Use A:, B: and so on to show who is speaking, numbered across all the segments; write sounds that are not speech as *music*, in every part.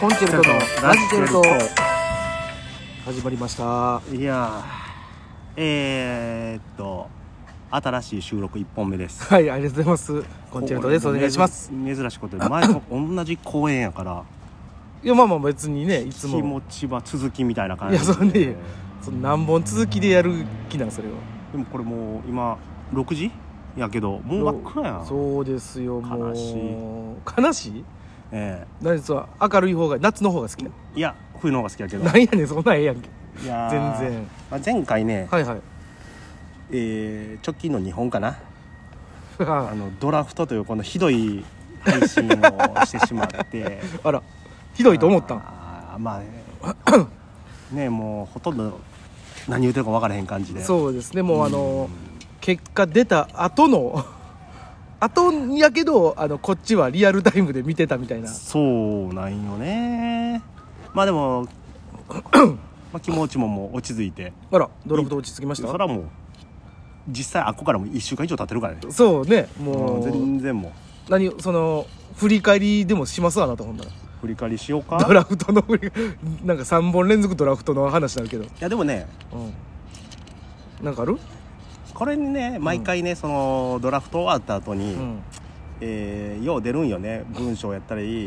A: コンチェルトのラジチェルト始まりました
B: いやーえー、っと新しい収録1本目です
A: はいありがとうございますコンチェルトですお
B: これ
A: 願いします
B: 珍珍しいことで前と同じ公演やから
A: いやまあまあ別に *laughs* ねいつ
B: 気
A: も
B: 持ちは続きみたいな感
A: い
B: じ
A: やそんでその何本続きでやる気なんそれは
B: でもこれもう今6時やけどもう真っ暗やん
A: そうですよもう
B: 悲し
A: い悲しい
B: え
A: 何そは明るい方が夏の方が好きな
B: えいや冬の方が好きやけど
A: なんやねんそんなんええやんけ
B: いやー
A: 全然
B: まあ、前回ね、
A: はいはい
B: えー直近の2本かなあ
A: *laughs* あ
B: のドラフトというこのひどい配信をしてしまって
A: らひどいと思ったん
B: あーまあねね *coughs* もうほとんど何言うてるか分からへん感じでう
A: そうですねもうあの結果出た後の後やけどあのこっちはリアルタイムで見てたみたいな
B: そうなんよねまあでも *coughs* まあ気持ちももう落ち着いて
A: あらドラフト落ち着きまし
B: そ
A: た
B: れはもう実際あっこからもう1週間以上経ってるからね
A: そうね
B: も
A: も
B: う
A: う
B: 全然もう
A: 何その振り返りでもしますあなたほんなら
B: 振り返りしよう
A: ド
B: か
A: ラフトの振り *laughs* なんか3本連続ドラフトの話になるけど
B: いやでもね
A: うんなんかある
B: これにね毎回ね、そのドラフト終わった後に、
A: うん
B: えーよう出るんよね文章やったり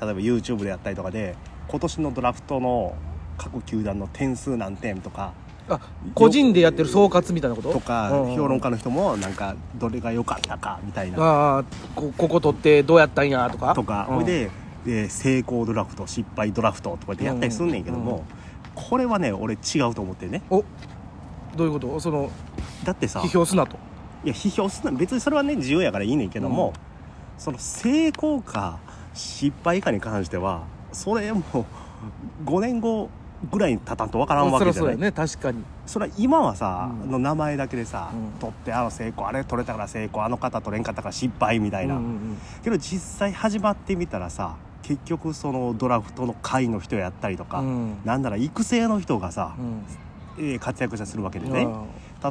B: 例えば YouTube でやったりとかで今年のドラフトの各球団の点数何点とか
A: あ個人でやってる総括みたいなこと
B: とか
A: うん
B: 評論家の人もなんかどれが良かったかみたいな
A: ああこここ取ってどうやったんやとか
B: とか
A: うん
B: ほいで、えー成功ドラフト失敗ドラフトとかってやったりすんねんけど
A: うん
B: も、これはね俺違うと思ってね
A: おどういうことその
B: だってさ
A: 批評すなと
B: いや批評するの別にそれはね自由やからいいねんけども、その成功か失敗かに関してはそれも5年後ぐらいに経たんとわからん
A: そ
B: わけ
A: りゃ
B: じゃ
A: そう
B: な
A: だ
B: い
A: よ
B: そ,、
A: ね確かに
B: れは今はさ、
A: うん
B: の名前だけでさ、
A: うん
B: 取ってあの成功あれ取れたから成功あの方取れんかったから失敗みたいな、
A: うんうんうん
B: けど実際始まってみたらさ結局そのドラフトの会の人やったりとか、
A: うん
B: なんなら育成の人がさ、
A: うん
B: えー活躍したりするわけで
A: う
B: ね、
A: ん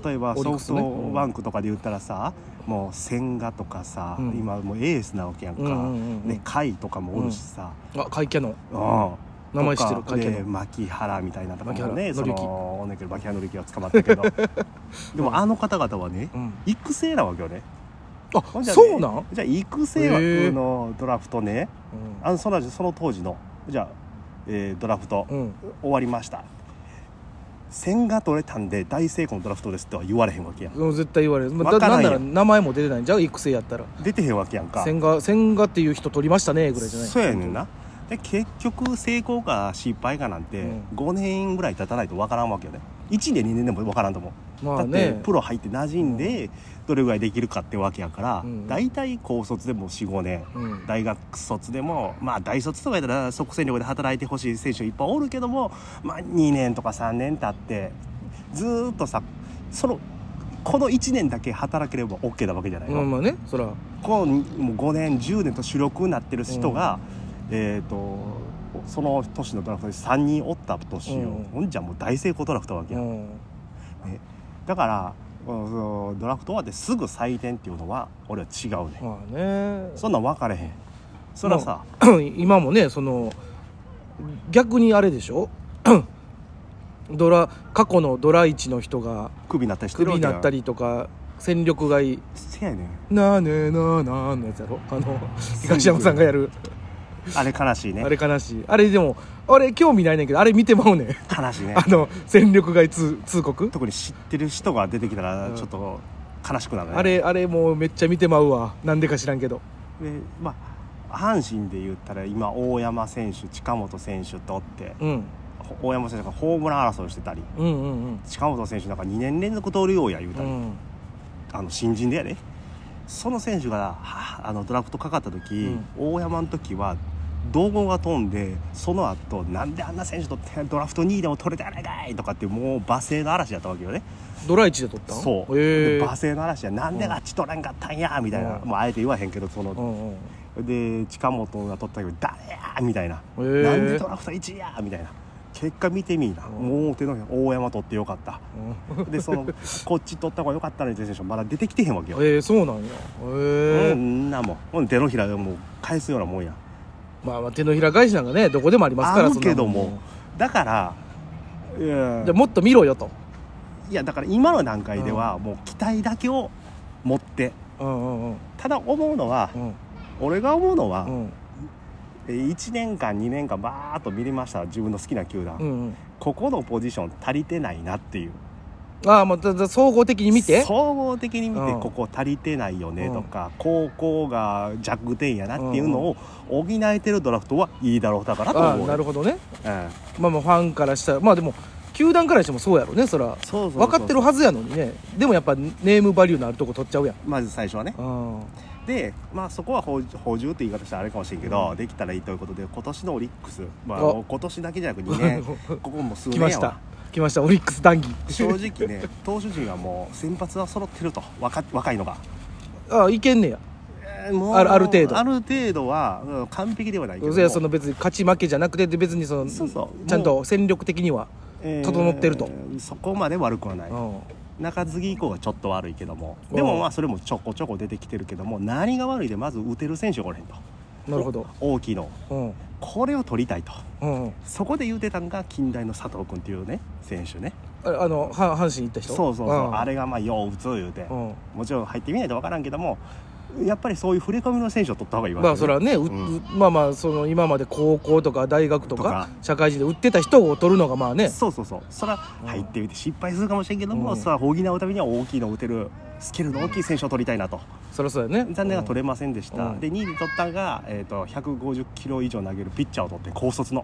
B: 例えば
A: オリッ
B: ソ
A: ク
B: フ
A: スね
B: トバンクとかで言ったらさ、もう千賀とかさ、
A: うん
B: 今もうエースなわけやんか、
A: うんうんうんうん
B: で甲斐とかもおるしさ、
A: あ会計の
B: うん
A: 名前知ってる
B: とか
A: 会計
B: で
A: の
B: 牧原みたいなとかもね
A: 牧原
B: そ
A: 紀之
B: のおんねんけど牧原紀之は捕まった
A: *laughs*
B: けどでもあの方々はね
A: うん
B: 育成なわけよねほ
A: あ
B: んじゃね
A: そうなん
B: じゃあ育成
A: へー
B: 枠のドラフトねあのそのその当時のじゃあ、えードラフト、
A: うんうん
B: 終わりました千賀取れたんで大成功のドラフトですとは言われへんわけやん
A: うん絶対言われる、まあだ
B: わか
A: なん
B: らん
A: な
B: やん
A: ら名前も出てないんじゃう育成やったら
B: 出てへんわけやんか
A: 千賀千賀っていう人取りましたねぐらいじゃない
B: そうやねんなで結局成功か失敗かなんて
A: うん
B: 5年ぐらい経たないと分からんわけよね1年2年でも分からんと思う、
A: まあ
B: だっ
A: ね
B: てプロ入って馴染んでどれぐらいできるかってわけやから、
A: うん
B: 大体高卒でも45年
A: うん
B: 大学卒でもまあ大卒とかやったら即戦力で働いてほしい選手いっぱいおるけども、まあ、2年とか3年経ってずーっとさそのこの1年だけ働ければ OK なわけじゃないの、
A: まあまあねそら
B: こうもう5年10年と主力になってる人が、えっ、とその年のドラフトで3人おった年よ、
A: うん
B: ほんじゃもう大成功ドラフトわけ
A: う
B: や、ん、
A: ん
B: だからうんそのドラフト終わってすぐ採点っていうのは俺は違うね、
A: まあね
B: そんなん分かれへんそれはさ、
A: *coughs* 今もねその逆にあれでしょ *coughs* ドラ過去のドラ1の人が
B: クビになったりして
A: ク
B: る
A: ビ
B: わ
A: に
B: けや
A: なったりとか戦力外
B: せやねん
A: なあねえなあなあのやつやろあの東山さんがやる
B: あれ悲しいね
A: あれ悲しいあれでもあれ興味ないねんけどあれ見てまうねん *laughs*
B: 悲しいね
A: あの戦力外通通告
B: 特に知ってる人が出てきたら
A: うん
B: ちょっと悲しくなるね、
A: あれあれもうめっちゃ見てまうわなんでか知らんけど
B: でまあ阪神で言ったら今大山選手近本選手とって
A: うん
B: 大山選手がホームラン争いしてたり
A: うんうん
B: 近本選手なんか2年連続盗塁王や言う
A: う
B: たり、
A: ん
B: あの新人でやでその選手がはあのドラフトかかった時、
A: うん
B: 大山の時は道後が飛んでその後なんであんな選手とってドラフト2位でも取れたやないかいとかってもう罵声の嵐だったわけよね
A: ドラ1で取ったん
B: そう、
A: へえ
B: で罵声の嵐やなんであっち取らんかったんやみたいな、
A: うん
B: もうあえて言わへんけどその
A: うんうん
B: で近本が取ったけど「誰や!」みたいな「
A: へえ
B: なんでドラフト1位や!」みたいな結果見てみいな、
A: うん
B: もう手のひら大山取ってよかったで
A: *laughs*
B: そのこっち取った方がよかったのにって選手まだ出てきてへんわけよ、
A: ええそうなんやへえ
B: うんなもんほんで手のひらでもう返すようなもんや
A: まあまあ手のひら返しなんかねどこでもありますから
B: あるけど
A: そんな
B: もだからいや
A: んじゃあもっと見ろよと、
B: いやだから今の段階ではもう期待だけを持って
A: うんうんうん
B: ただ思うのは
A: うん
B: 俺が思うのは
A: うん
B: えー1年間2年間バーッと見れました自分の好きな球団、
A: うんうん
B: ここのポジション足りてないなっていう
A: ああまあだだ総合的に見て
B: 総合的に見て
A: うん
B: ここ足りてないよねとか、高校が弱点やなっていうのを補えてるドラフトはいいだろうだからと
A: ああ
B: 思う
A: なるほどね
B: うん
A: まあまあファンからしたらまあでも球団からしてもそうやろねそら
B: そうそうそう
A: 分かってるはずやのにねでもやっぱネームバリューのあるとこ取っちゃうやん
B: まず最初はね
A: うん
B: で、まあ、そこは補補充って言い方したらあれかもしれんけど、できたらいいということで今年のオリックス、まあ、
A: お
B: もう今年だけじゃなく2年
A: *laughs*
B: ここも
A: 来
B: 数年
A: まし
B: やわ
A: た来ましたオリックス談義
B: 正直ね投手陣はもう先発は揃ってると若若いのが。
A: ああいけんねや
B: えーもう
A: あるある程度
B: ある程度は、うん完璧ではないけど
A: そやその別に勝ち負けじゃなくてで別にその
B: そうそう
A: ちゃんと戦力的には整ってると
B: えーそこまで悪くはない
A: うん
B: 中継ぎ以降がちょっと悪いけども
A: うん
B: でもまあそれもちょこちょこ出てきてるけども何が悪いでまず打てる選手がおれへんと
A: なるほど
B: 大きいの
A: うん
B: これを取りたいと
A: うんうん
B: そこで言うてたんが近代の佐藤君っていうね選手ね
A: あれあのは阪神行った人
B: そうそうそう、
A: ん
B: あれがまあよう打つ言うて、
A: うん
B: もちろん入ってみないと分からんけどもやっぱりそういう振り込みの選手を取った方がいいわけ
A: まあそれはね、う
B: うん
A: うまあまあその今まで高校とか大学とか
B: とか
A: 社会人で売ってた人を取るのがまあね
B: そうそうそうそら
A: うん
B: 入ってみて失敗するかもしれんけども、
A: うん
B: そら補うためには大きいのを打てるスケールの大きい選手を取りたいなと
A: そりゃそうだよね
B: 残念が取れませんでした、
A: うん
B: で2位で取ったのが、えー、と150キロ以上投げるピッチャーを取って高卒の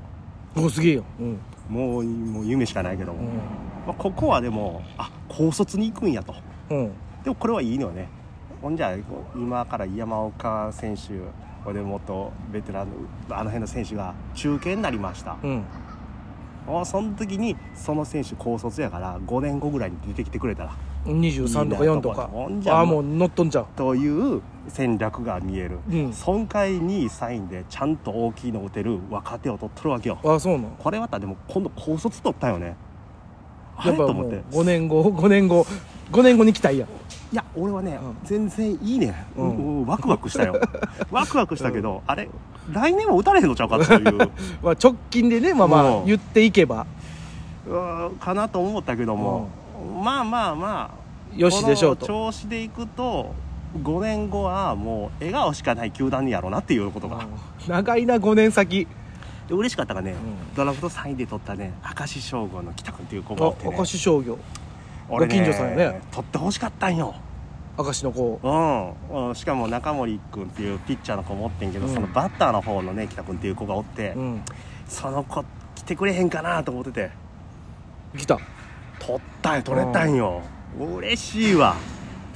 A: れおすげえよ、うん
B: もうもう夢しかないけど
A: う
B: も、
A: ん
B: まあ、ここはでもあ高卒に行くんやと
A: うん、
B: でもこれはいいのよねほんじゃ今から山岡選手これ元ベテランのあの辺の選手が中継になりました、
A: うん、
B: あその時にその選手高卒やから5年後ぐらいに出てきてくれたら
A: 23とか4とか
B: ほんじゃ
A: ああもう乗っとんじゃう
B: という戦略が見える、
A: うん
B: 損壊2位サインでちゃんと大きいの打てる若手を取っとるわけよ
A: ああそうなの
B: これまたでも今度高卒取ったよねあ
A: や
B: れ
A: っぱ
B: と
A: も
B: 思っ
A: う
B: て
A: 5年後5年 *laughs* 後5年後に来たいやん
B: いや俺はね、
A: うん
B: 全然いいね、
A: うん
B: うんワクワクし
A: *laughs*
B: たよワクワクしたけど、あれ来年は打たれへんのちゃうかっていう
A: まあ直近でねまあまあ
B: うん
A: 言っていけば
B: うーんかなと思ったけども、まあまあまあ
A: よしでしょう
B: この
A: と
B: 調子でいくと5年後はもう笑顔しかない球団にやろうなっていうことが、
A: うん長いな5年先
B: で嬉しかったがね、
A: ん
B: ドラフト3位で取ったね明石将軍の北君っていう子
A: あ
B: がおって、ね、
A: 明石商業
B: 俺ね
A: ご近所さんやね
B: 取ってほしかったんよ
A: 明石の子
B: うん、うんしかも中森君っていうピッチャーの子持ってんけど、
A: うん
B: そのバッターの方のね北君っていう子がおって、
A: うん
B: その子来てくれへんかなと思ってて
A: 来た *laughs*
B: 取ったんよ取れたんよ、嬉しいわ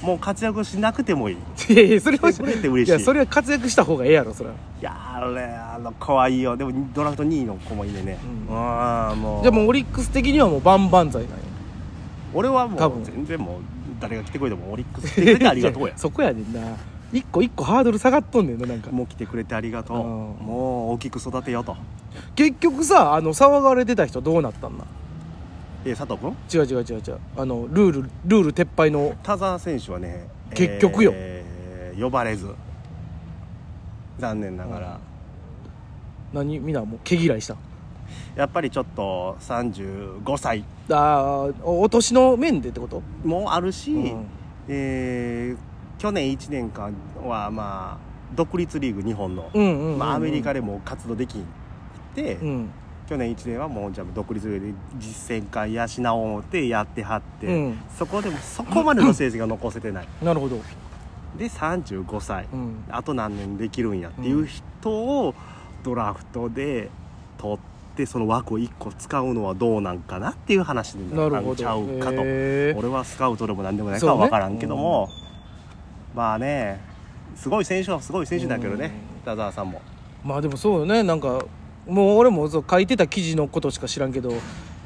B: もう活躍しなくてもいい
A: いやいやそれは
B: 来てくれて嬉しい
A: やそれは活躍した方がええやろそれはい
B: やー俺あの子はいいよでもドラフト2位の子もいいねね
A: うん
B: あーもう
A: じゃあもうオリックス的にはもう万々歳なんや
B: 俺は
A: 多
B: も
A: 分
B: う全然もう誰が来てくれてもオリックス来てくれてありがとうや
A: そこやねんな一個一個ハードル下がっとんねんななんか
B: もう来てくれてありがとう
A: うん
B: もう大きく育てようと
A: 結局さあの騒がれてた人どうなったんだ
B: え佐藤君
A: 違う違う違う違うあのルールルール撤廃の
B: 田澤選手はね
A: 結局よ
B: えー呼ばれず残念ながら、
A: 何みんなもう毛嫌いした
B: やっぱりちょっと35歳
A: ああおお年の面でってこと
B: もあるし、
A: うん
B: えー去年1年間はまあ独立リーグ日本の、
A: うんうんうんうん
B: まあ、アメリカでも活動できんで、
A: うん
B: 去年1年はもうじゃあ独立リーグで実践会養おうってやってはって、
A: うん
B: そこでもそこまでの成績が残せてない
A: なるほど
B: で35歳、
A: うん
B: あと何年できるんやっていう人をドラフトで取ってその枠を1個使うのはどうなんかなっていう話に
A: な
B: なった
A: る
B: ん
A: ほど
B: ちゃうかと
A: へー
B: 俺はスカウトでも何でもないかは分からんけども、まあねすごい選手はすごい選手だけどね田澤さんも
A: まあでもそうよねなんかもう俺もそう書いてた記事のことしか知らんけど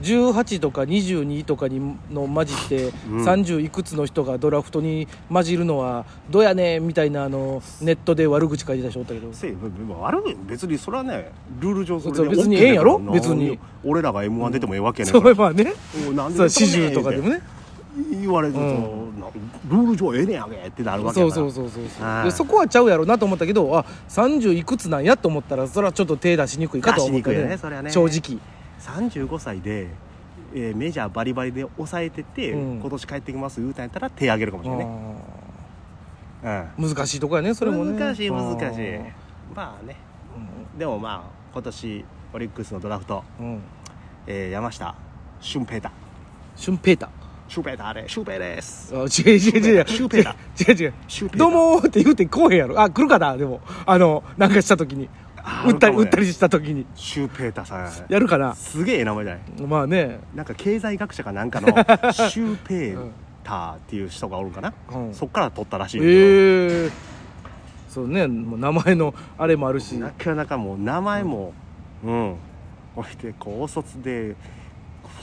A: 18とか22とかにの混じって
B: うん
A: 30いくつの人がドラフトに混じるのはどうやねんみたいなあのネットで悪口書いてた人おったけど
B: せい悪い別にそれはねルール上それ
A: そ
B: で
A: う別に
B: OK
A: ええんやろ
B: だから
A: 別に
B: 俺らが m 1出てもええわけやねん
A: そ
B: から
A: れはね
B: もうなんで
A: そう
B: 出てんねん
A: 40とかでもね
B: い言われると、
A: う
B: なルール上ええねんあげってなるわけ
A: そ
B: や
A: う
B: から
A: そうそうそうそう、
B: はい
A: でそこはちゃうやろうなと思ったけどあ30いくつなんやと思ったらそれはちょっと手出しにくいかとは思った
B: 出しにくいよねそれはね
A: 正直
B: 35歳で、えーメジャーバリバリで抑えてて、
A: うん
B: 今年帰ってきます言うたんやったら手挙げるかもしれないね、うん
A: うん難しいとこやねそれもね
B: 難しい難しい
A: うん
B: まあねでもまあ今年オリックスのドラフト、
A: うんうん
B: えー山下俊平太
A: シュンペーター
B: シュウペータあれシュウペーです
A: あ違う違う違う
B: シュウペータ
A: 違う違う違う
B: シュウペータ
A: どうもーって言うてこうへんやろあ来るかなでもあのなんかした時に
B: あー
A: 打ったり
B: あるかも
A: 打
B: ね
A: ったりした時に
B: シュウペータさん
A: やるかな
B: すげえ名前じゃない
A: まあね
B: なんか経済学者かなん
A: *laughs*
B: かのシュウペーターっていう人がおるんかな、
A: うん
B: そっから取ったらしい
A: え
B: んだけ
A: えそうねもう名前のあれもあるし
B: どなかなかもう名前もうん、俺で高卒で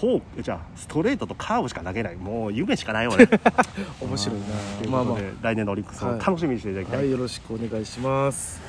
B: フォークじゃあストレートとカーブしか投げないもう夢しかない俺
A: *laughs* 面白い
B: という
A: なまあ
B: こ
A: ま
B: とで来年のオリックスを楽しみにしていただき
A: あ
B: たい
A: はいよろしくお願いします